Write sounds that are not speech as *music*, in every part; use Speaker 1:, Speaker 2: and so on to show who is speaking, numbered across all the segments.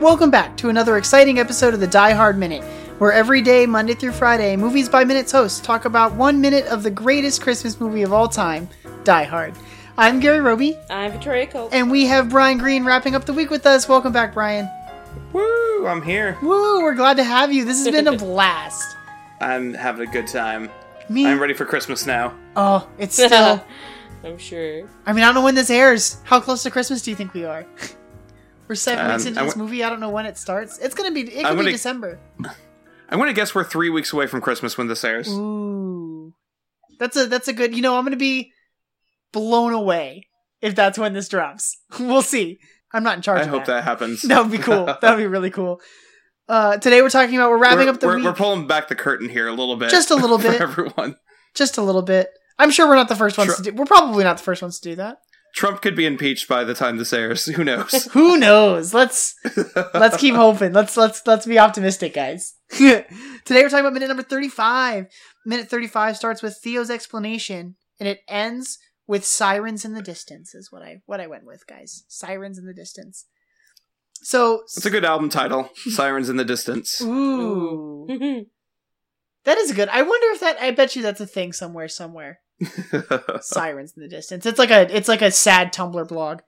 Speaker 1: Welcome back to another exciting episode of the Die Hard Minute, where every day, Monday through Friday, Movies by Minutes hosts talk about one minute of the greatest Christmas movie of all time, Die Hard. I'm Gary Roby,
Speaker 2: I'm Victoria Cope.
Speaker 1: and we have Brian Green wrapping up the week with us. Welcome back, Brian.
Speaker 3: Woo! I'm here.
Speaker 1: Woo, we're glad to have you. This has
Speaker 3: *laughs*
Speaker 1: been a blast.
Speaker 3: I'm having a good time.
Speaker 1: Me,
Speaker 3: I'm ready for Christmas now.
Speaker 1: oh, it's
Speaker 3: *laughs*
Speaker 1: still.
Speaker 2: I'm sure. *laughs*
Speaker 1: I mean, I don't know when this airs. How close to Christmas do you think we are? *laughs* We're seven weeks
Speaker 3: Um,
Speaker 1: into
Speaker 3: I
Speaker 1: this
Speaker 3: wa-
Speaker 1: movie. I don't know when it starts. It's gonna be. It
Speaker 3: I'm
Speaker 1: could be
Speaker 3: gonna-
Speaker 1: December.
Speaker 3: I'm gonna guess we're three weeks away from Christmas when this airs.
Speaker 1: Ooh, that's a that's a good. You know, I'm gonna be blown away if that's when this drops. *laughs* we'll see. I'm not in charge.
Speaker 3: I
Speaker 1: of
Speaker 3: hope
Speaker 1: *laughs*
Speaker 3: that happens.
Speaker 1: that would be cool. that would be really cool. Uh, today we're talking about we're wrapping
Speaker 3: we're,
Speaker 1: up the
Speaker 3: we're,
Speaker 1: week
Speaker 3: we're pulling back the curtain here a little bit.
Speaker 1: Just a little bit.
Speaker 3: *laughs* for everyone.
Speaker 1: just a little bit. I'm sure we're not the first ones
Speaker 3: Sure.
Speaker 1: to do. We're probably not the first ones to do that.
Speaker 3: Trump could be impeached by the time this airs. Who
Speaker 1: *laughs*
Speaker 3: knows?
Speaker 1: Who knows? Let's let's keep hoping. Let's let's let's be optimistic, guys. *laughs* Today we're talking about minute number 35. Minute 35 starts with Theo's explanation and it ends with sirens in the distance is what I what I went with, guys. Sirens in the distance. So
Speaker 3: It's a good album title. Sirens in the distance.
Speaker 1: Ooh.
Speaker 2: Mhm.
Speaker 1: That is good. I wonder if that I bet you that's a thing somewhere
Speaker 3: *laughs*
Speaker 1: somewhere. Sirens in the distance. It's like a it's like a sad Tumblr blog.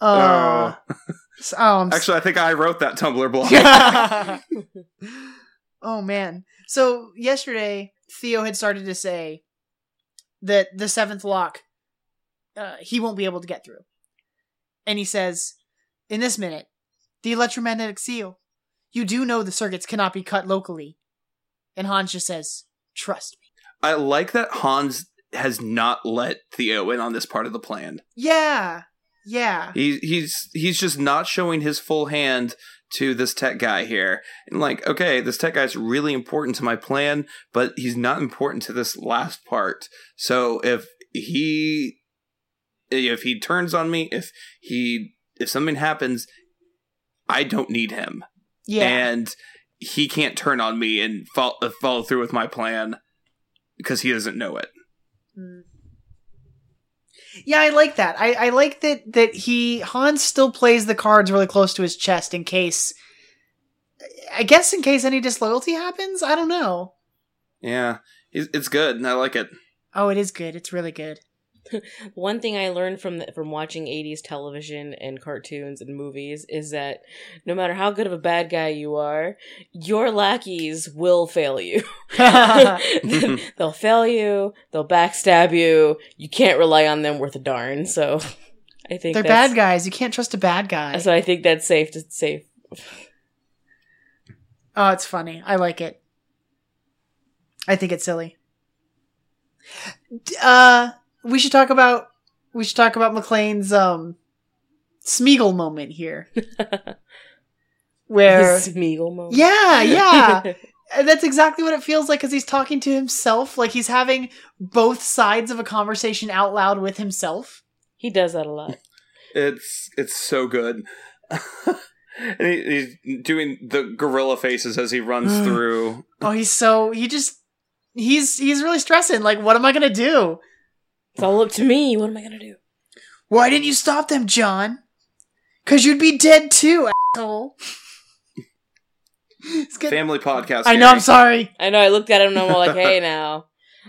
Speaker 3: Oh.
Speaker 1: Uh, s- oh, I'm
Speaker 3: Actually, I think I wrote that Tumblr blog.
Speaker 1: *laughs* oh man. So yesterday, Theo had started to say that the seventh lock, uh, he won't be able to get through. And he says, in this minute, the electromagnetic seal, you do know the circuits cannot be cut locally. And Hans just says, trust me.
Speaker 3: I like that Hans has not let Theo in on this part of the plan.
Speaker 1: Yeah. Yeah.
Speaker 3: He, he's he's just not showing his full hand to this tech guy here. And like, okay, this tech guy's really important to my plan, but he's not important to this last part. So if he if he turns on me, if he if something happens, I don't need him.
Speaker 1: Yeah.
Speaker 3: And he can't turn on me and follow, follow through with my plan because he doesn't know it.
Speaker 1: Mm. Yeah, I like that. I, I like that that he Hans still plays the cards really close to his chest in case I guess in case any disloyalty happens. I don't know.
Speaker 3: Yeah. It's it's good. and I like it.
Speaker 1: Oh, it is good. It's really
Speaker 2: *laughs*
Speaker 1: good. *laughs*
Speaker 2: One thing I learned from the, from watching 80s television and cartoons and movies is that no matter how good of a bad guy you are, your lackeys will
Speaker 1: *laughs*
Speaker 2: fail you. *laughs* they'll fail you, they'll backstab you. You can't rely on them worth a darn. So I think
Speaker 1: They're
Speaker 2: that's,
Speaker 1: bad guys. You can't trust a bad guy.
Speaker 2: So I think that's safe to safe. *laughs*
Speaker 1: Oh, it's funny. I like it. I think it's silly. D- Uh, we should talk about we should talk about McLean's um Smeagol moment
Speaker 2: *laughs*
Speaker 1: here, where
Speaker 2: Smeagol moment.
Speaker 1: yeah,
Speaker 2: *laughs*
Speaker 1: yeah, And that's exactly what it feels like because he's talking to himself, like he's having both sides of a conversation out loud with himself.
Speaker 2: he does that a lot.
Speaker 3: It's it's so good. *laughs* and he, he's doing the gorilla faces as he
Speaker 1: *sighs*
Speaker 3: runs through.
Speaker 1: Oh, he's so he just he's he's really stressing. Like, what am I gonna do?
Speaker 2: It's all up to me. What am I gonna do?
Speaker 1: Why didn't you stop them, John? Cause you'd be dead too, *laughs* asshole. It's good.
Speaker 3: Family podcast.
Speaker 1: I know. I'm
Speaker 3: Gary.
Speaker 1: sorry.
Speaker 2: I know. I looked at him and I'm all like,
Speaker 3: *laughs*
Speaker 2: "Hey, now,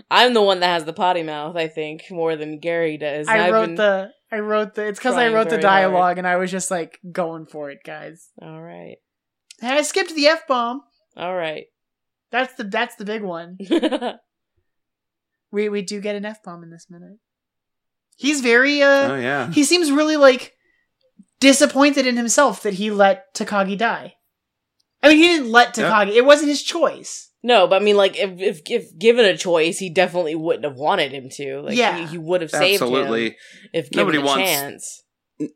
Speaker 2: I'm the one that has the potty mouth. I think more than Gary does." And
Speaker 1: I
Speaker 2: I've
Speaker 1: wrote
Speaker 2: been-
Speaker 1: the. I wrote the. It's because I
Speaker 2: trying
Speaker 1: wrote the
Speaker 2: very hard.
Speaker 1: dialogue, and I was just like going for it, guys.
Speaker 2: All right,
Speaker 1: And I skipped the f bomb.
Speaker 2: all right. *laughs*
Speaker 1: That's the. That's the big one. We we do get an f bomb in this minute. He's very
Speaker 3: Oh
Speaker 1: uh
Speaker 3: yeah.
Speaker 1: he seems really like disappointed in himself that he let Takagi die. I mean, he didn't let
Speaker 3: Yeah.
Speaker 1: Takagi. It wasn't his choice.
Speaker 2: no, but I mean, like, if, if if given a choice, he definitely wouldn't have wanted him to. Like,
Speaker 1: Yeah.
Speaker 2: he, he would have saved
Speaker 3: Absolutely.
Speaker 2: him if given
Speaker 3: Nobody
Speaker 2: a
Speaker 3: wants-
Speaker 2: chance.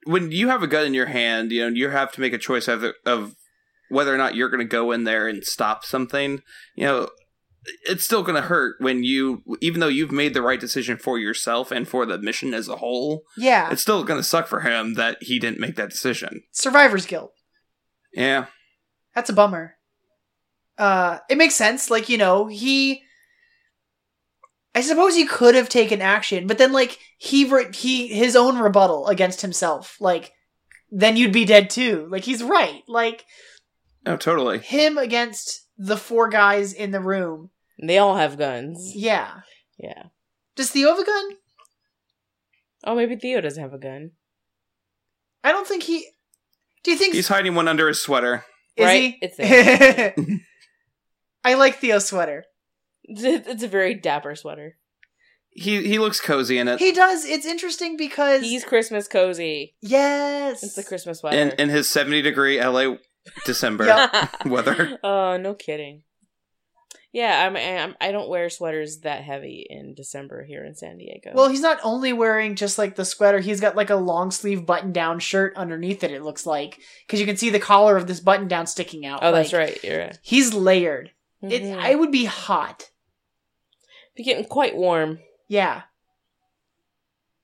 Speaker 3: When you have a gun in your hand, you know you have to make a choice of of whether or not you're going to go in there and stop something. You know, it's still going to hurt when you, even though you've made the right decision for yourself and for the mission as a whole.
Speaker 1: Yeah,
Speaker 3: It's still going to suck for him that he didn't make that decision.
Speaker 1: survivor's guilt.
Speaker 3: Yeah.
Speaker 1: That's a bummer. Uh, it makes sense. Like you know, he. I suppose he could have taken action, but then like he re- he his own rebuttal against himself, like then you'd be dead too. Like he's right. Like
Speaker 3: Oh, totally.
Speaker 1: him against the four guys in the room.
Speaker 2: And they all have guns.
Speaker 1: Yeah.
Speaker 2: Yeah.
Speaker 1: Does Theo have a gun?
Speaker 2: Oh, maybe Theo doesn't have a gun. *laughs*
Speaker 1: I don't think he. Do you think
Speaker 3: He's hiding one under his sweater.
Speaker 1: is
Speaker 2: Right,
Speaker 1: he?
Speaker 2: it's there.
Speaker 1: *laughs* I like Theo's sweater.
Speaker 2: It's a very dapper sweater.
Speaker 3: He he looks cozy in it.
Speaker 1: He does. It's interesting because
Speaker 2: He's Christmas cozy.
Speaker 1: yes,
Speaker 2: It's the Christmas weather.
Speaker 3: in in his 70 degree LA December
Speaker 1: Yeah. *laughs*
Speaker 3: weather.
Speaker 2: Oh, no kidding. Yeah, I'm, I'm. I don't wear sweaters that heavy in December here in San Diego.
Speaker 1: Well, he's not only wearing just like the sweater, he's got like a long sleeve button down shirt underneath it, it looks like. Because you can see the collar of this button down sticking out.
Speaker 2: oh, that's
Speaker 1: Like,
Speaker 2: right. You're right.
Speaker 1: He's layered. It,
Speaker 2: Mhm.
Speaker 1: I would be hot.
Speaker 2: be getting quite warm.
Speaker 1: Yeah.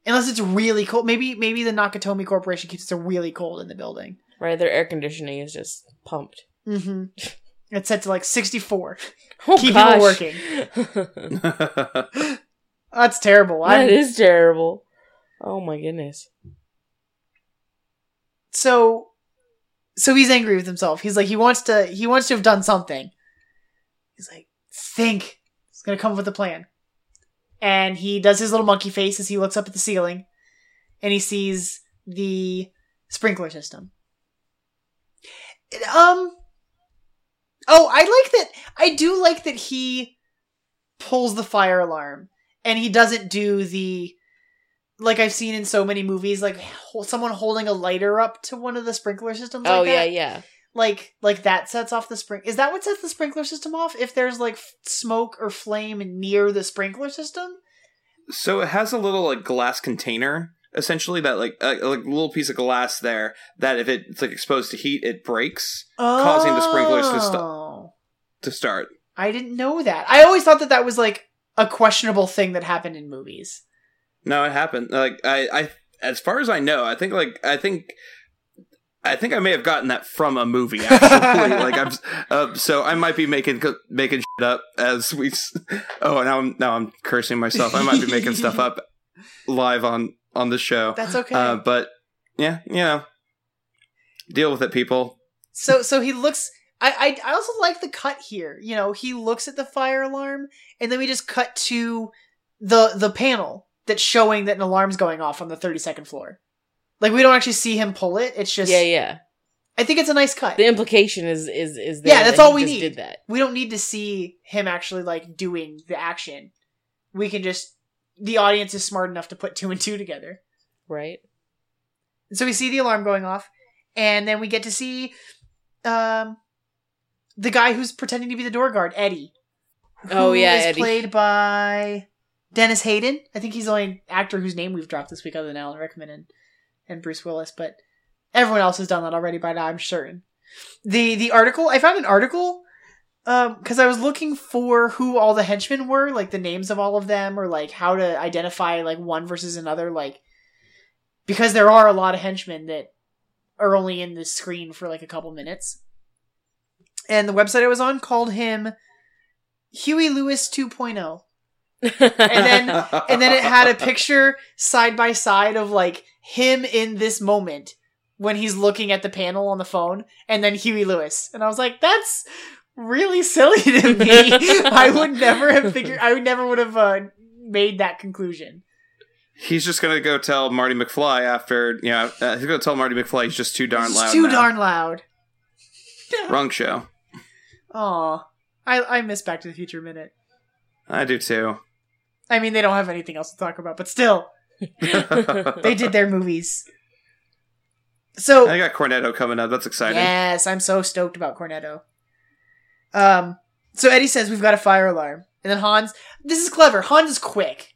Speaker 1: Unless it's really cold. Maybe maybe the Nakatomi Corporation keeps it really cold in the building.
Speaker 2: Right, their air conditioning is just pumped.
Speaker 1: Mm-hmm. It's set to like 64.
Speaker 2: Oh,
Speaker 1: *laughs* Keep it
Speaker 2: gosh. *laughs*
Speaker 1: working.
Speaker 2: working.
Speaker 1: That's terrible.
Speaker 2: that
Speaker 1: I'm-
Speaker 2: is terrible. Oh my goodness.
Speaker 1: so so he's angry with himself. He's like he wants to he wants to have done something. He's like think. He's going to come up with a plan. And he does his little monkey face as he looks up at the ceiling and he sees the sprinkler system. It- Um Oh, I like that I do like that he pulls the fire alarm and he doesn't do the like I've seen in so many movies, like ho- someone holding a lighter up to one of the sprinkler systems.
Speaker 2: oh
Speaker 1: like
Speaker 2: yeah,
Speaker 1: that.
Speaker 2: yeah.
Speaker 1: like like that sets off the spring. Is that what sets the sprinkler system off? If there's like f- smoke or flame near the sprinkler system,
Speaker 3: *laughs* so it has a little like glass container essentially that like a, a little piece of glass there that if it, it's like exposed to heat it breaks Causing the sprinklers to stop.
Speaker 1: Oh.
Speaker 3: to start.
Speaker 1: I didn't know that. I always thought that that was like a questionable thing that happened in movies.
Speaker 3: No, it happened. Like I I as far as I know, I think like I think I think I may have gotten that from a
Speaker 1: *laughs*
Speaker 3: movie actually. like I'm uh, so I might be making making shit up as we s- *laughs* Oh, now I'm now I'm cursing myself. I might be making stuff up
Speaker 1: *laughs*
Speaker 3: live on on the show.
Speaker 1: That's okay.
Speaker 3: Uh, but yeah, you know, deal with it, people.
Speaker 1: so so he looks. I, I I also like the cut here. You know, he looks at the fire alarm, and then we just cut to the the panel that's showing that an alarm's going off on the thirty second floor. Like we don't actually see him pull it. It's just
Speaker 2: yeah, yeah.
Speaker 1: I think it's a nice cut.
Speaker 2: The implication is is is there
Speaker 1: Yeah, that's
Speaker 2: that
Speaker 1: all
Speaker 2: he
Speaker 1: we
Speaker 2: just
Speaker 1: need.
Speaker 2: Did that?
Speaker 1: we don't need to see him actually like doing the action. We can just the audience is smart enough to put two and two together.
Speaker 2: Right.
Speaker 1: And so we see the alarm going off, and then we get to see um the guy who's pretending to be the door guard, Eddie.
Speaker 2: Oh,
Speaker 1: who
Speaker 2: yeah,
Speaker 1: is
Speaker 2: Eddie.
Speaker 1: played by Dennis Hayden. I think he's the only actor whose name we've dropped this week, other than Alan Rickman and, and Bruce Willis. But everyone else has done that already by now, I'm certain. the The article I found an article because I was looking for who all the henchmen were, like the names of all of them, or like how to identify like one versus another, like because there are a lot of henchmen that are only in the screen for like a couple minutes. And the website I was on called him Huey Lewis 2.0. And then- And then it
Speaker 3: *laughs*
Speaker 1: had a picture side by side of like him in this moment when he's looking at the panel on the phone and then Huey Lewis. And I was like, that's really silly to
Speaker 3: *laughs*
Speaker 1: me. I would never have figured, I would never would have uh, made that conclusion.
Speaker 3: He's just gonna go tell Marty McFly after you know uh, he's gonna tell Marty McFly he's just too darn
Speaker 1: It's
Speaker 3: loud.
Speaker 1: too
Speaker 3: now.
Speaker 1: darn loud.
Speaker 3: wrong show.
Speaker 1: Aw. I, I miss Back to the Future Minute.
Speaker 3: I do too.
Speaker 1: I mean, they don't have anything else to talk about, but still, *laughs* they did their movies. So
Speaker 3: I got Cornetto coming up. That's exciting.
Speaker 1: Yes, I'm so stoked about Cornetto. Um, so Eddie says we've got a fire alarm, and then Hans. This is clever. Hans is quick,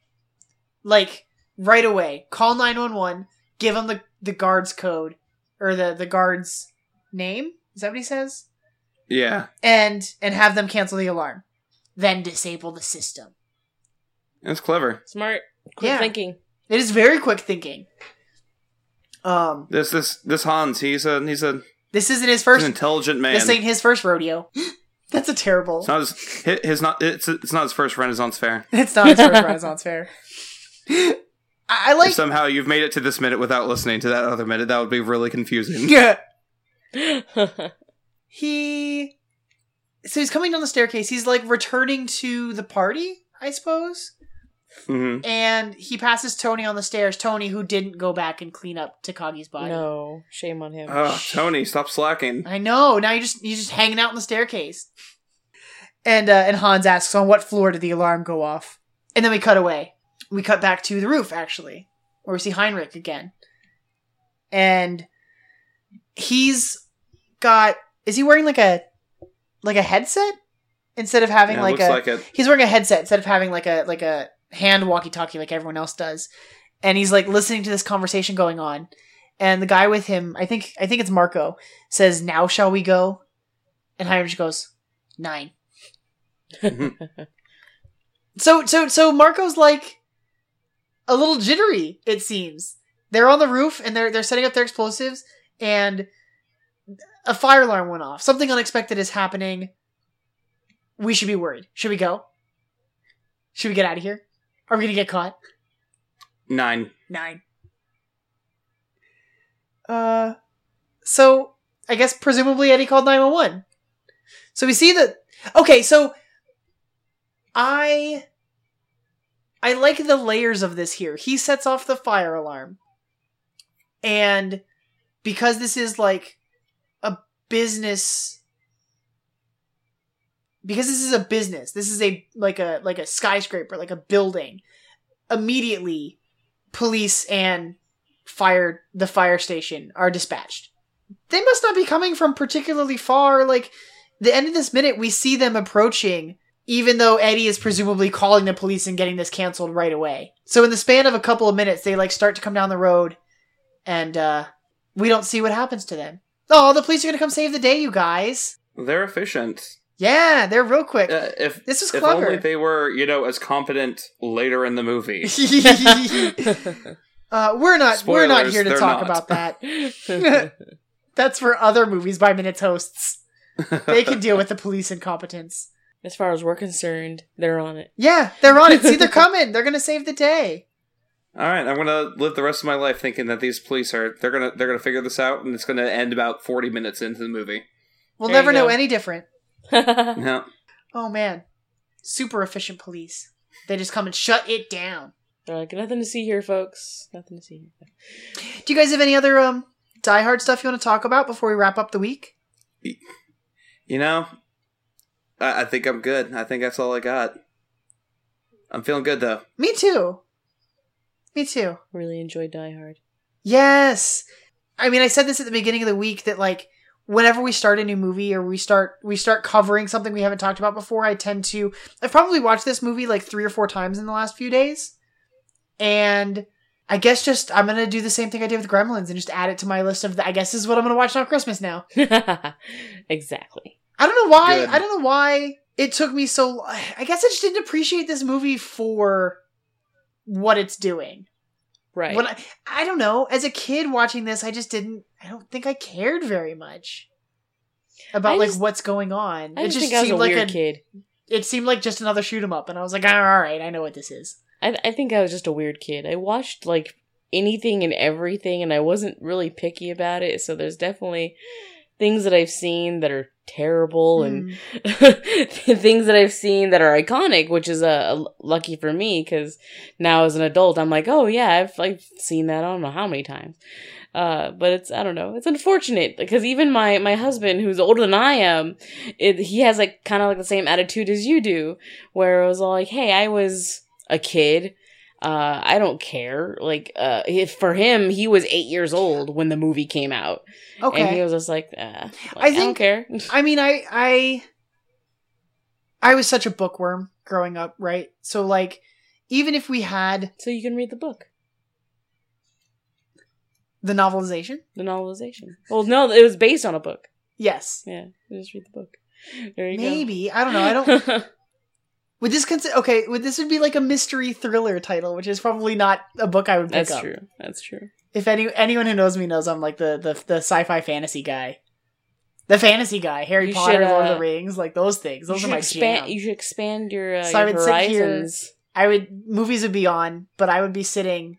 Speaker 1: like right away. Call nine one one. Give him the the guard's code or the the guard's name. Is that what he says?
Speaker 3: Yeah.
Speaker 1: And and have them cancel the alarm, then disable the system.
Speaker 3: That's clever.
Speaker 2: *laughs* Smart. Quick
Speaker 1: Yeah.
Speaker 2: thinking.
Speaker 1: It is very quick thinking. Um,
Speaker 3: This this this Hans, he's a he's a
Speaker 1: this isn't his
Speaker 3: he's an
Speaker 1: first.
Speaker 3: intelligent man.
Speaker 1: This ain't his first rodeo. *gasps* That's a terrible.
Speaker 3: It's not his, hi- his not it's it's not his first Renaissance fair.
Speaker 2: *laughs*
Speaker 1: It's not his first Renaissance fair. I, I like
Speaker 3: if somehow you've made it to this minute without listening to that other minute, that would be really confusing.
Speaker 1: yeah.
Speaker 2: yeah.
Speaker 1: *laughs* he so he's coming down the staircase he's like returning to the party i suppose
Speaker 3: Mhm.
Speaker 1: and he passes tony on the stairs tony who didn't go back and clean up takagi's body
Speaker 2: no, shame on him.
Speaker 1: Ah.
Speaker 3: Oh, Tony, stop slacking.
Speaker 1: i know now you just you're just hanging out on the staircase and uh, and hans asks on what floor did the alarm go off and then we cut away we cut back to the roof actually where we see heinrich again and he's got is he wearing like a like a headset instead of having
Speaker 3: Yeah,
Speaker 1: like
Speaker 3: looks
Speaker 1: a
Speaker 3: like it.
Speaker 1: he's wearing a headset instead of having like a like a hand walkie talkie like everyone else does and he's like listening to this conversation going on and the guy with him i think i think it's marco says now shall we go and heinrich goes nine so so so marco's like a little jittery it seems they're on the roof and they're they're setting up their explosives and a fire alarm went off something unexpected is happening we should be worried should we go should we get out of here are we gonna get caught
Speaker 3: Nine.
Speaker 1: Nine. Uh, so I guess presumably Eddie called nine one one. So we see that. Okay, so I I like the layers of this here. He sets off the fire alarm, and because this is like a business. Because this is a business, this is a like a like a skyscraper, like a building. Immediately, police and fire the fire station are dispatched. They must not be coming from particularly far. Like the end of this minute, we see them approaching, even though Eddie is presumably calling the police and getting this canceled right away. So in the span of a couple of minutes, they like start to come down the road, and uh, we don't see what happens to them. Oh, the police are gonna come save the day, you guys.
Speaker 3: They're efficient.
Speaker 1: Yeah, they're real quick.
Speaker 3: Uh, if
Speaker 1: this is
Speaker 3: if
Speaker 1: clever.
Speaker 3: only they *laughs* were, you know, as competent later in the movie.
Speaker 1: *laughs* uh, we're not. we're not
Speaker 3: Spoilers,
Speaker 1: here to
Speaker 3: they're
Speaker 1: talk
Speaker 3: not.
Speaker 1: about that. That's for other movies by minutes hosts. They can deal with the police incompetence.
Speaker 2: *laughs* as far as we're concerned, they're on it. *laughs*
Speaker 1: Yeah, they're on it. See, they're coming. They're gonna save the day.
Speaker 3: All right, I'm gonna live the rest of my life thinking that these police are they're gonna they're gonna figure this out, and it's gonna end about 40 minutes into the movie.
Speaker 1: We'll
Speaker 2: There you
Speaker 1: never know
Speaker 2: go.
Speaker 1: any different.
Speaker 2: yeah.
Speaker 3: Yeah,
Speaker 1: Oh man, super efficient police. They just come and shut it down.
Speaker 2: They're like, nothing to see here, folks. Nothing to see here.
Speaker 1: Do you guys have any other um Die Hard stuff you want to talk about before we wrap up the week?
Speaker 3: you know, I, I think I'm good. I think that's all I got. I'm feeling good though.
Speaker 1: Me too. Me too.
Speaker 2: Really enjoyed Die Hard.
Speaker 1: Yes. I mean, I said this at the beginning of the week that like whenever we start a new movie or we start we start covering something we haven't talked about before, I tend to I've probably watched this movie like 3 or 4 times in the last few days. And I guess just I'm going to do the same thing I did with Gremlins and just add it to my list of the, I guess this is what I'm going to watch on Christmas now.
Speaker 2: *laughs* exactly.
Speaker 1: I don't know why.
Speaker 3: Good.
Speaker 1: I don't know why it took me so. lo- I guess I just didn't appreciate this movie for what it's doing.
Speaker 2: Right.
Speaker 1: When I, I don't know. As a kid watching this, I just didn't. I don't think I cared very much about
Speaker 2: I
Speaker 1: like
Speaker 2: just-
Speaker 1: what's going on.
Speaker 2: I
Speaker 1: it
Speaker 2: just,
Speaker 1: just
Speaker 2: think I was a
Speaker 1: seemed like
Speaker 2: weird
Speaker 1: a.
Speaker 2: kid.
Speaker 1: It seemed like just another shoot 'em up, and I was like, "Ah, all right, I know what this is.
Speaker 2: I, I think I was just a weird kid. I watched like anything and everything, and I wasn't really picky about it. So there's definitely things that I've seen that are terrible, and
Speaker 1: Mm.
Speaker 2: *laughs* things that I've seen that are iconic, which is uh, lucky for me because now as an adult, I'm like, oh yeah, I've like seen that. I don't know how many times, uh, but it's I don't know. It's unfortunate because even my my husband, who's older than I am, it, he has like kind of like the same attitude as you do, where it was all like, hey, I was a kid. Uh, I don't care. Like, uh, if for him, he was eight years old when the movie came out, and he
Speaker 1: Okay.
Speaker 2: was just like, uh, like, I, don't
Speaker 1: think-
Speaker 2: care. *laughs*
Speaker 1: I mean, I I I was such a bookworm growing up, right? So like, even if we had
Speaker 2: so you can read the book.
Speaker 1: the novelization,
Speaker 2: The novelization. Well, no, it was based on a book.
Speaker 1: yes,
Speaker 2: Yeah, you just read the book. There you
Speaker 1: maybe
Speaker 2: go.
Speaker 1: I don't know. I
Speaker 2: *laughs*
Speaker 1: don't.
Speaker 2: don't.
Speaker 1: Would this consider okay? Would this would be like a mystery thriller title, which is probably not a book I would pick
Speaker 2: That's
Speaker 1: up.
Speaker 2: true. That's true.
Speaker 1: If any anyone who knows me knows, I'm like the the, the sci-fi fantasy guy, the fantasy guy, Harry
Speaker 2: You
Speaker 1: Potter,
Speaker 2: should,
Speaker 1: Lord of
Speaker 2: uh,
Speaker 1: the Rings, like those things. Those
Speaker 2: you
Speaker 1: are
Speaker 2: should
Speaker 1: my
Speaker 2: expand.
Speaker 1: jam.
Speaker 2: You should expand your, uh,
Speaker 1: So I
Speaker 2: your
Speaker 1: would sit here-
Speaker 2: horizons.
Speaker 1: I would movies would be on, but I would be sitting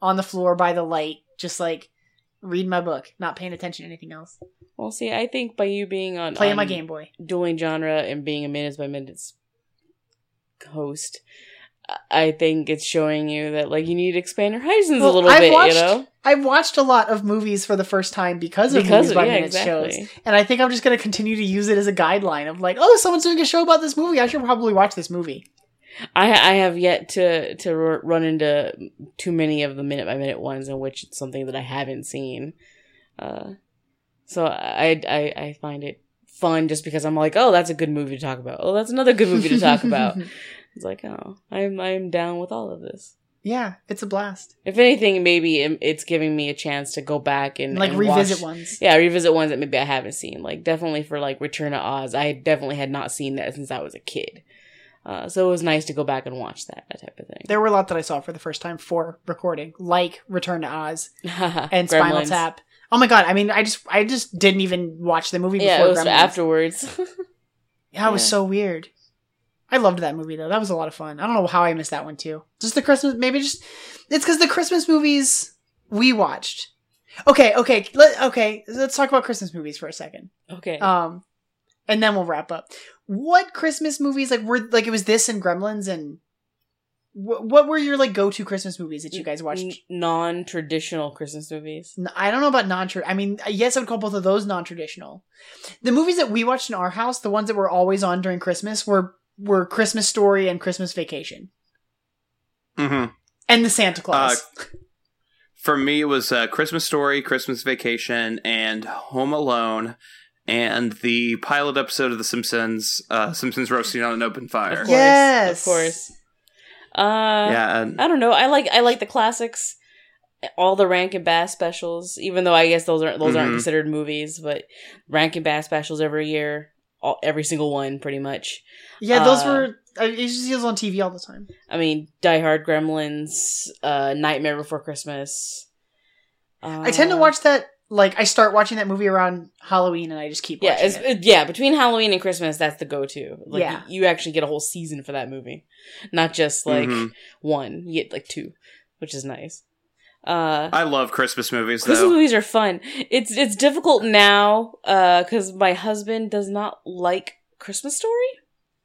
Speaker 1: on the floor by the light, just like reading my book, not paying attention to anything else,
Speaker 2: Well, see, I think by you being on
Speaker 1: playing
Speaker 2: on
Speaker 1: my Game Boy.
Speaker 2: dueling genre and being a minutes by minutes host, I- I think it's showing you that like you need to expand your horizons
Speaker 1: Well,
Speaker 2: a little
Speaker 1: I've
Speaker 2: bit.
Speaker 1: watched
Speaker 2: you know,
Speaker 1: I've watched a lot of movies for the first time because of movies by minutes shows, and I think I'm just going to continue to use it as a guideline of like, oh, someone's doing a show about this movie. I should probably watch this movie.
Speaker 2: I I have yet to to r- run into too many of the minute by minute ones in which it's something that I haven't seen. Uh, so I, I I find it fun just because I'm like, oh, that's a good movie to talk about. Oh, that's another good movie
Speaker 1: *laughs*
Speaker 2: to talk about. It's like, oh, I'm I'm down with all of this.
Speaker 1: yeah, it's a blast.
Speaker 2: If anything, maybe it- it's giving me a chance to go back and
Speaker 1: like
Speaker 2: and
Speaker 1: revisit
Speaker 2: watch-
Speaker 1: ones.
Speaker 2: Yeah, revisit ones that maybe I haven't seen. Like definitely for like Return to Oz, I definitely had not seen that since I was a kid. Uh, so it was nice to go back and watch that, that type of thing.
Speaker 1: There were a lot that I saw for the first time for recording, like Return to Oz
Speaker 2: *laughs*
Speaker 1: and
Speaker 2: and
Speaker 1: Spinal Tap. Oh my god! I mean, I just I just didn't even watch the movie
Speaker 2: Yeah,
Speaker 1: before.
Speaker 2: it was
Speaker 1: Gremlins. *laughs*
Speaker 2: afterwards.
Speaker 1: Yeah, it was
Speaker 2: Yeah.
Speaker 1: so weird. I loved that movie though. That was a lot of fun. I don't know how I missed that one too. Just the Christmas, maybe just it's because the Christmas movies we watched. Okay, okay, let, okay. Let's talk about Christmas movies for a second.
Speaker 2: okay.
Speaker 1: Um, and then we'll wrap up. What Christmas movies like were like it was this and Gremlins and what, what were your like go to Christmas movies that you guys
Speaker 2: Mm,
Speaker 1: watched?
Speaker 2: non traditional Christmas movies.
Speaker 1: N- I don't know about non trad I mean, yes, I would call both of those non traditional. The movies that we watched in our house, the ones that were always on during Christmas, were were Christmas Story and Christmas Vacation
Speaker 3: hmm
Speaker 1: and the Santa
Speaker 2: Uh,
Speaker 1: Claus.
Speaker 3: For me, it was uh, Christmas Story, Christmas Vacation, and Home Alone, and the pilot episode of The Simpsons, uh, Simpsons roasting on an open
Speaker 2: Of
Speaker 3: fire.
Speaker 2: course,
Speaker 1: Yes.
Speaker 2: Of course. Uh,
Speaker 3: Yeah, and
Speaker 2: I don't know. I like I like the classics, all the Rankin Bass specials. Even though I guess those aren't those aren't
Speaker 3: Mhm.
Speaker 2: considered movies, but Rankin Bass specials every year, all, every single one, pretty much.
Speaker 1: yeah, those
Speaker 2: Uh,
Speaker 1: were. I you just see those on TV all the time.
Speaker 2: I mean, Die Hard, Gremlins, uh, Nightmare Before Christmas. Uh,
Speaker 1: I tend to watch that. Like, I start watching that movie around Halloween, and I just keep.
Speaker 2: Yeah,
Speaker 1: watching
Speaker 2: it's,
Speaker 1: it.
Speaker 2: it- yeah. Between Halloween and Christmas, that's the go-to. Like
Speaker 1: Yeah.
Speaker 2: you, you actually get a whole season for that movie, not just like
Speaker 1: Mm-hmm.
Speaker 3: Mhm.
Speaker 2: one. You get like two, which is nice. Uh,
Speaker 3: I love Christmas movies,
Speaker 2: Christmas
Speaker 3: though.
Speaker 2: movies are fun. It's it's difficult now because my husband does not like Christmas Story,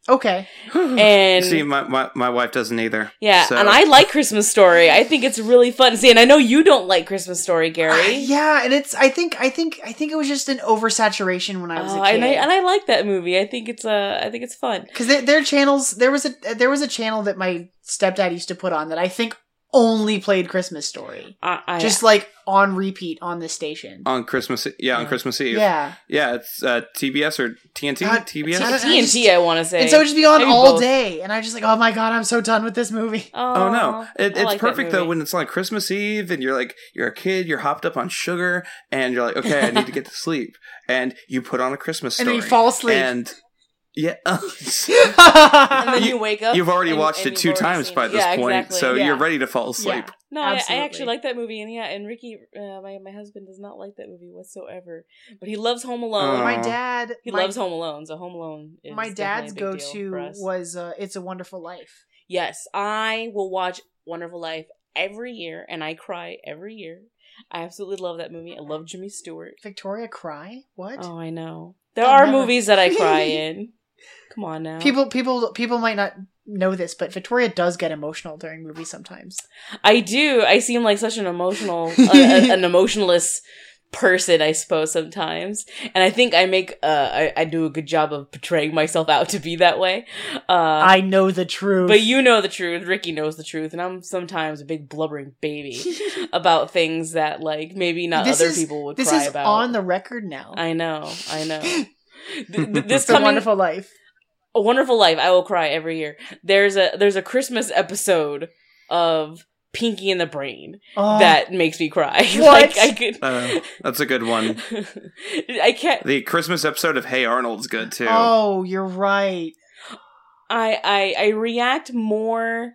Speaker 1: okay.
Speaker 3: *laughs*
Speaker 2: and
Speaker 3: See, my, my, my wife doesn't either.
Speaker 2: yeah,
Speaker 3: so-
Speaker 2: and I like Christmas Story. I think it's really fun. See, and I know you don't like Christmas Story, Gary.
Speaker 1: Yeah, and it's. I think. I think. I think it was just an oversaturation when I was
Speaker 2: Oh,
Speaker 1: a kid.
Speaker 2: and I and I like that movie. I think it's uh, I think it's fun.
Speaker 1: because their, their channels there was a there was a channel that my stepdad used to put on that I think only played Christmas Story,
Speaker 2: I, I
Speaker 1: just like on repeat on this station.
Speaker 3: On Christmas, E, yeah, on
Speaker 2: Yeah.
Speaker 3: Christmas Eve.
Speaker 1: yeah,
Speaker 3: Yeah, it's uh, TBS or TNT?
Speaker 1: Uh,
Speaker 3: TBS?
Speaker 1: I don't- I
Speaker 2: TNT.
Speaker 1: just-
Speaker 2: I want to say.
Speaker 1: and so it would just be on
Speaker 2: Maybe
Speaker 1: all
Speaker 2: both.
Speaker 1: day, and I was just like, oh my god, I'm so done with this movie.
Speaker 3: Oh
Speaker 2: Aw,
Speaker 3: no! It,
Speaker 2: I
Speaker 3: it's
Speaker 2: like that
Speaker 3: perfect though
Speaker 2: movie.
Speaker 3: when it's like Christmas Eve and you're like you're a kid, you're hopped up on sugar, and you're like, okay, I need to
Speaker 2: *laughs*
Speaker 3: get to sleep, and you put on a Christmas
Speaker 1: And
Speaker 3: story,
Speaker 1: then you fall asleep. *laughs*
Speaker 3: and yeah, *laughs*
Speaker 2: and then
Speaker 1: yeah,
Speaker 2: you, wake up.
Speaker 3: you've already
Speaker 2: and-
Speaker 3: watched
Speaker 2: and
Speaker 3: it
Speaker 2: you've
Speaker 3: two
Speaker 2: already
Speaker 3: times
Speaker 2: seen
Speaker 3: by
Speaker 2: it.
Speaker 3: this
Speaker 2: Yeah,
Speaker 3: point,
Speaker 2: exactly.
Speaker 3: so
Speaker 1: Yeah.
Speaker 3: you're ready to fall asleep.
Speaker 2: No, I, I
Speaker 1: Absolutely.
Speaker 2: actually like that movie, and yeah, and Ricky, uh, my my husband does not like that movie whatsoever, but he loves Home Alone.
Speaker 3: Aw.
Speaker 1: my dad.
Speaker 2: he
Speaker 1: my,
Speaker 2: loves Home Alone, so Home Alone. Is
Speaker 1: my dad's
Speaker 2: go
Speaker 1: go
Speaker 2: to
Speaker 1: to was uh, It's a Wonderful Life.
Speaker 2: yes, I will watch Wonderful Life every year, and I cry every year. I absolutely love that movie. I love Jimmy Stewart.
Speaker 1: Victoria cry? What?
Speaker 2: Oh, I know. There
Speaker 1: I've
Speaker 2: are
Speaker 1: never-
Speaker 2: movies that I *laughs* cry in. Come on now,
Speaker 1: People, people, people might not know this, but Victoria does get emotional during movies sometimes.
Speaker 2: I do. I seem like such
Speaker 1: *laughs*
Speaker 2: an emotional, a, a- an emotionless person, I suppose sometimes, and I think I make, uh, I, I do a good job of portraying myself out to be that way. Uh,
Speaker 1: I know the truth. *laughs*
Speaker 2: but you know the truth. Ricky knows the truth, and I'm sometimes a big blubbering
Speaker 1: *laughs*
Speaker 2: baby about things that, like, maybe not
Speaker 1: This
Speaker 2: other
Speaker 1: is-
Speaker 2: people would
Speaker 1: this
Speaker 2: cry
Speaker 1: is
Speaker 2: about.
Speaker 1: on the record now.
Speaker 2: I know. I
Speaker 1: *laughs*
Speaker 2: know. Th- th- this
Speaker 1: It's a
Speaker 2: coming,
Speaker 1: wonderful life.
Speaker 2: a Wonderful Life. I will cry every year. There's a there's a Christmas episode of Pinky and the Brain.
Speaker 1: Oh,
Speaker 2: that makes me cry. *laughs*
Speaker 1: What?
Speaker 2: like I could.
Speaker 3: Uh, that's a
Speaker 2: *laughs*
Speaker 3: good one.
Speaker 2: I can't.
Speaker 3: The Christmas episode of Hey Arnold's good too.
Speaker 1: Oh, you're right.
Speaker 2: I I I react more.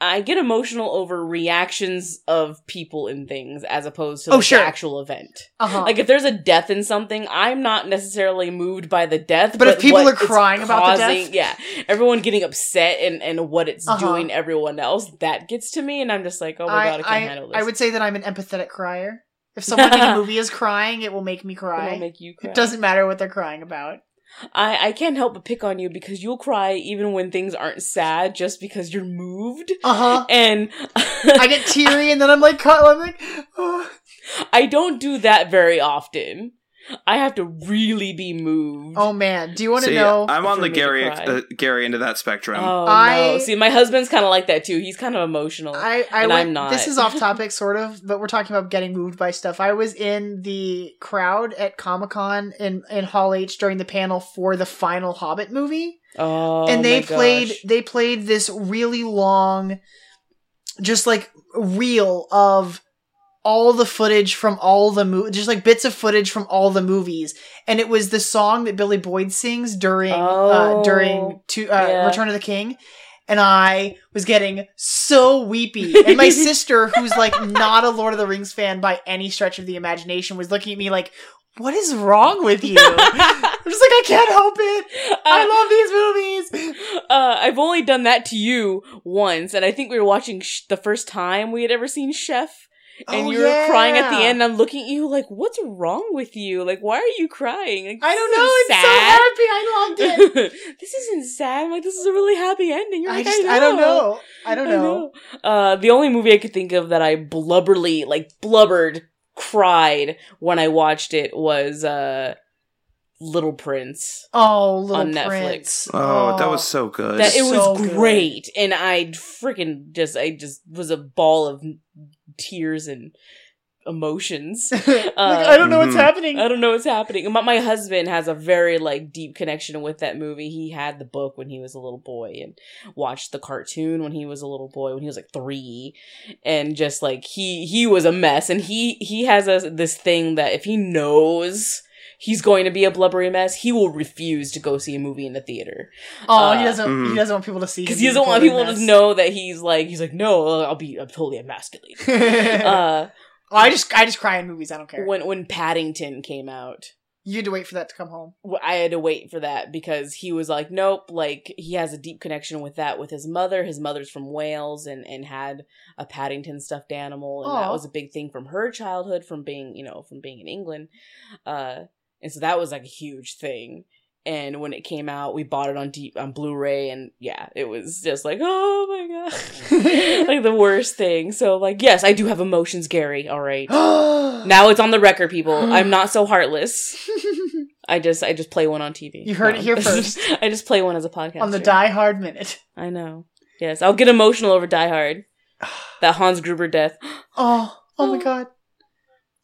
Speaker 2: I get emotional over reactions of people and things as opposed to
Speaker 1: Oh,
Speaker 2: like,
Speaker 1: sure.
Speaker 2: the actual event.
Speaker 1: Uh-huh.
Speaker 2: Like if there's a death in something, I'm not necessarily moved by the death.
Speaker 1: But if people
Speaker 2: what
Speaker 1: are
Speaker 2: it's
Speaker 1: crying about the
Speaker 2: causing-
Speaker 1: death?
Speaker 2: yeah, everyone getting upset and and what it's
Speaker 1: Uh-huh.
Speaker 2: doing to everyone else, that gets to me, and I'm just like, oh my god, I can't handle this.
Speaker 1: I would say that I'm an empathetic crier. If someone in
Speaker 2: *laughs*
Speaker 1: a movie is crying, it will make me
Speaker 2: It
Speaker 1: cry.
Speaker 2: will make you cry.
Speaker 1: It doesn't matter what they're crying about.
Speaker 2: I I can't help but pick on you because you'll cry even when things aren't sad, just because you're moved.
Speaker 1: Uh huh.
Speaker 2: And *laughs*
Speaker 1: I get teary and then I'm like, cut- I'm like,
Speaker 2: *laughs*
Speaker 1: oh.
Speaker 2: I don't do that very often. I have to really be moved.
Speaker 1: oh man, do you want to
Speaker 3: See,
Speaker 1: know?
Speaker 3: I'm on
Speaker 2: for
Speaker 3: the
Speaker 2: me to
Speaker 3: Gary
Speaker 2: cry.
Speaker 3: uh, Gary end of that spectrum.
Speaker 2: Oh,
Speaker 1: I-
Speaker 2: no. See, my husband's kind of like that too. He's kind of emotional.
Speaker 1: I, I
Speaker 2: and
Speaker 1: went-
Speaker 2: I'm not.
Speaker 1: This is off topic, sort of, but we're talking about getting moved by stuff. I was in the crowd at Comic Con in in Hall H during the panel for the final Hobbit movie,
Speaker 2: oh,
Speaker 1: and they
Speaker 2: my gosh.
Speaker 1: played they played this really long, just like reel of all the footage from all the movies, just like bits of footage from all the movies, and it was the song that Billy Boyd sings during uh,
Speaker 2: Oh.
Speaker 1: during to uh,
Speaker 2: Yeah.
Speaker 1: Return of the King. And I was getting so weepy. And
Speaker 2: *laughs*
Speaker 1: my sister, who's like not a Lord of the Rings fan by any stretch of the imagination, was looking at me like, What is wrong with
Speaker 2: *laughs*
Speaker 1: you? I'm *laughs* just like, I can't help it. I
Speaker 2: Uh,
Speaker 1: love these movies.
Speaker 2: *laughs* uh, I've only done that to you once, and I think we were watching sh- the first time we had ever seen Chef, and
Speaker 1: Oh,
Speaker 2: you were crying at the
Speaker 1: yeah.
Speaker 2: end. I'm looking at you like, "What's wrong with you? Like, why are you crying?" Like,
Speaker 1: I
Speaker 2: this
Speaker 1: don't
Speaker 2: isn't
Speaker 1: know. It's so *laughs* happy. I loved it.
Speaker 2: sad. *laughs* this isn't sad. I'm like, this is a really happy ending. You're
Speaker 1: I
Speaker 2: like,
Speaker 1: just, I don't know. I don't know.
Speaker 2: I know. Uh, the only movie I could think of that I blubberly, like blubbered, cried when I watched it was uh, Little Prince.
Speaker 1: Oh, little
Speaker 2: On Netflix.
Speaker 1: Prince.
Speaker 3: Oh, that was so good.
Speaker 2: That it was
Speaker 1: so good.
Speaker 2: great, and I freaking just, I just was a ball of tears and
Speaker 1: *laughs*
Speaker 2: emotions.
Speaker 1: *laughs* Like, I don't know what's
Speaker 3: Mhm.
Speaker 1: happening.
Speaker 2: Uh, I don't know what's happening. My, my husband has a very like deep connection with that movie. He had the book when he was a little boy and watched the cartoon when he was a little boy when he was like 3 and just like he he was a mess and he he has a, this thing that if he knows he's going to be a blubbery mess, he will refuse to go see a movie in the theater.
Speaker 1: oh, he
Speaker 2: uh,
Speaker 1: doesn't. He
Speaker 3: mhm.
Speaker 1: doesn't want people to see.
Speaker 2: Cuz
Speaker 1: him
Speaker 2: he doesn't
Speaker 1: being
Speaker 2: want
Speaker 1: pulled
Speaker 2: people
Speaker 1: in
Speaker 2: to
Speaker 1: this.
Speaker 2: know that he's like he's like no, I'll be I'm totally
Speaker 1: *laughs*
Speaker 2: emasculated. uh
Speaker 1: Oh, I just, I just cry in movies. I don't care.
Speaker 2: when when Paddington came out
Speaker 1: you had to wait for that to come home.
Speaker 2: w- I had to wait for that because he was like, nope, like he has a deep connection with that with his mother. His mother's from Wales and and had a Paddington stuffed animal, and that
Speaker 1: Aw.
Speaker 2: was a big thing from her childhood, from being you know from being in England, uh, and so that was like a huge thing. And when it came out, we bought it on deep on Blu-ray, and yeah, it was just like, oh my god, *laughs* like the worst thing. So like, yes, I do have emotions, Gary.
Speaker 1: *gasps*
Speaker 2: All right,
Speaker 1: now
Speaker 2: *gasps* now it's on the record, people. I'm not so heartless. I just I just play one on TV.
Speaker 1: You heard it here
Speaker 2: *laughs* this is-
Speaker 1: first.
Speaker 2: I just play one as a podcast.
Speaker 1: on the Die Hard minute. *gasps*
Speaker 2: I know. Yes, I'll get emotional over Die
Speaker 1: *sighs*
Speaker 2: Hard. That Hans Gruber death.
Speaker 1: Oh, oh my god.
Speaker 2: *laughs*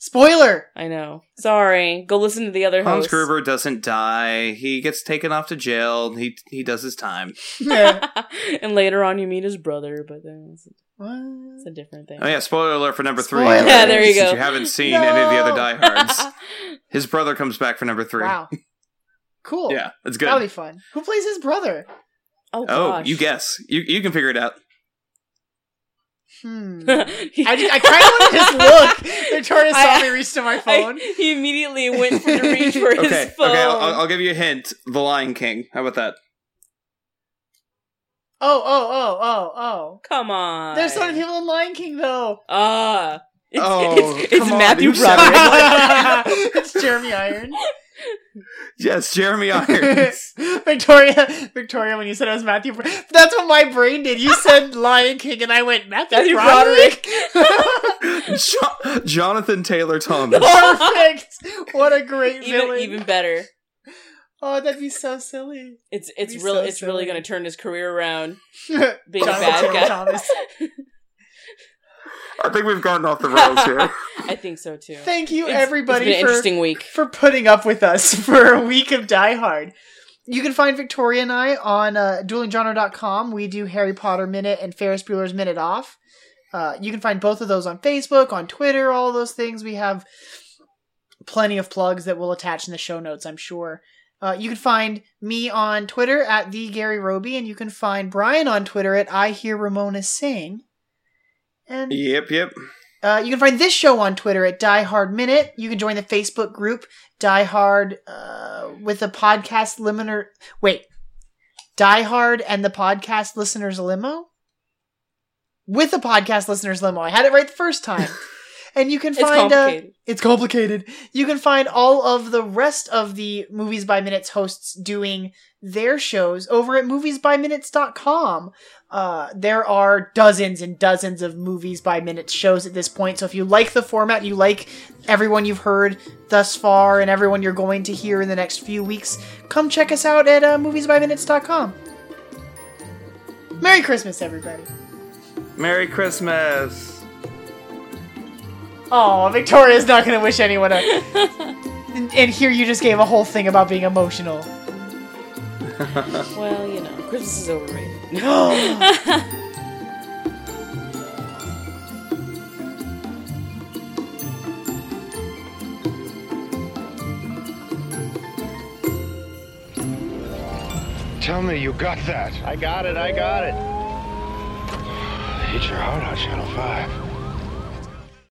Speaker 1: Spoiler. *laughs*
Speaker 2: I know. Sorry. Go listen to the other
Speaker 3: Hans
Speaker 2: hosts.
Speaker 3: Gruber doesn't die. He gets taken off to jail. He he does his time.
Speaker 1: Yeah.
Speaker 2: *laughs* and later on, you meet his brother, but then it's, it's
Speaker 1: What?
Speaker 2: a different thing. *laughs*
Speaker 3: Oh yeah, spoiler alert for number three.
Speaker 1: Spoiler.
Speaker 2: Yeah, there you
Speaker 3: Since
Speaker 2: go.
Speaker 3: you haven't seen any of the other
Speaker 1: No.
Speaker 3: Die
Speaker 2: *laughs*
Speaker 3: Hards. His brother comes back for number three.
Speaker 1: Wow. Cool.
Speaker 3: Yeah, that's good.
Speaker 1: That'll be fun. Who plays his brother?
Speaker 2: oh,
Speaker 3: oh,
Speaker 2: gosh.
Speaker 3: you guess. You you can figure it out.
Speaker 1: Hmm.
Speaker 2: *laughs* He-
Speaker 1: I, just, I kind of want to just look.
Speaker 2: *laughs*
Speaker 1: They're trying to stop me reach to my
Speaker 2: I-
Speaker 1: phone.
Speaker 2: he immediately went for to reach for
Speaker 3: Okay,
Speaker 2: his phone.
Speaker 3: okay. I'll, I'll give you a hint. The Lion King. How about that?
Speaker 1: Oh, oh, oh, oh, oh.
Speaker 2: Come on.
Speaker 1: There's so many people in Lion King, though.
Speaker 2: Ah. it's,
Speaker 3: Oh,
Speaker 2: it's, it's
Speaker 3: come on,
Speaker 2: Matthew
Speaker 3: you sound-
Speaker 1: *laughs*
Speaker 2: Broderick.
Speaker 1: it's Jeremy Irons.
Speaker 3: Yes, *laughs* Jeremy Irons.
Speaker 1: *laughs* Victoria, Victoria, when you said it was Matthew, Bro- that's what my brain did. You said Lion King, and I went Matthew,
Speaker 2: Matthew
Speaker 1: Broderick.
Speaker 3: jo- Jonathan Taylor
Speaker 1: *laughs*
Speaker 2: *laughs*
Speaker 3: Thomas.
Speaker 1: Perfect. What a great
Speaker 2: even
Speaker 1: villain.
Speaker 2: even better.
Speaker 1: Oh, that'd be so silly.
Speaker 2: It's it's
Speaker 1: He's
Speaker 2: really
Speaker 1: so
Speaker 2: it's really
Speaker 1: silly.
Speaker 2: going to turn his career around.
Speaker 1: *laughs* Jonathan
Speaker 2: Being a bad
Speaker 1: Taylor
Speaker 2: guy. *laughs*
Speaker 1: Thomas.
Speaker 3: I think we've gotten off the
Speaker 2: *laughs*
Speaker 3: rails here.
Speaker 2: I think so too.
Speaker 1: Thank you,
Speaker 2: It's-
Speaker 1: everybody,
Speaker 2: It's been an
Speaker 1: for
Speaker 2: interesting week.
Speaker 1: for putting up with us *laughs* for a week of Die Hard. You can find Victoria and I on uh, duelinggenre.com. We do Harry Potter Minute and Ferris Bueller's Minute Off. Uh, you can find both of those on Facebook, on Twitter, all those things. We have plenty of plugs that we'll attach in the show notes, I'm sure. Uh, you can find me on Twitter at the Gary Roby, and you can find Brian on Twitter at I Hear Ramona Sing. And
Speaker 3: Yep, yep.
Speaker 1: uh, you can find this show on Twitter at Die Hard Minute. You can join the Facebook group Die Hard uh, with the podcast limiter. Wait, Die Hard and the podcast listeners limo with the podcast listeners limo. I had it right the first
Speaker 2: *laughs*
Speaker 1: time. and you can
Speaker 2: It's
Speaker 1: find uh,
Speaker 2: complicated.
Speaker 1: it's complicated. You can find all of the rest of the Movies by Minutes hosts doing their shows over at moviesbyminutes.com. Uh, there are dozens and dozens of Movies by Minutes shows at this point. So if you like the format, you like everyone you've heard thus far and everyone you're going to hear in the next few weeks, come check us out at uh, moviesbyminutes.com. Merry Christmas, everybody.
Speaker 2: *gasps*
Speaker 3: Merry Christmas.
Speaker 1: Oh, Victoria's not going to wish anyone a. and, and here you just gave a whole thing about being emotional.
Speaker 2: well, you know, Christmas is overrated. *laughs*
Speaker 4: Tell me you got that.
Speaker 5: I got it, I got it.
Speaker 4: I hit your heart out, Channel 5.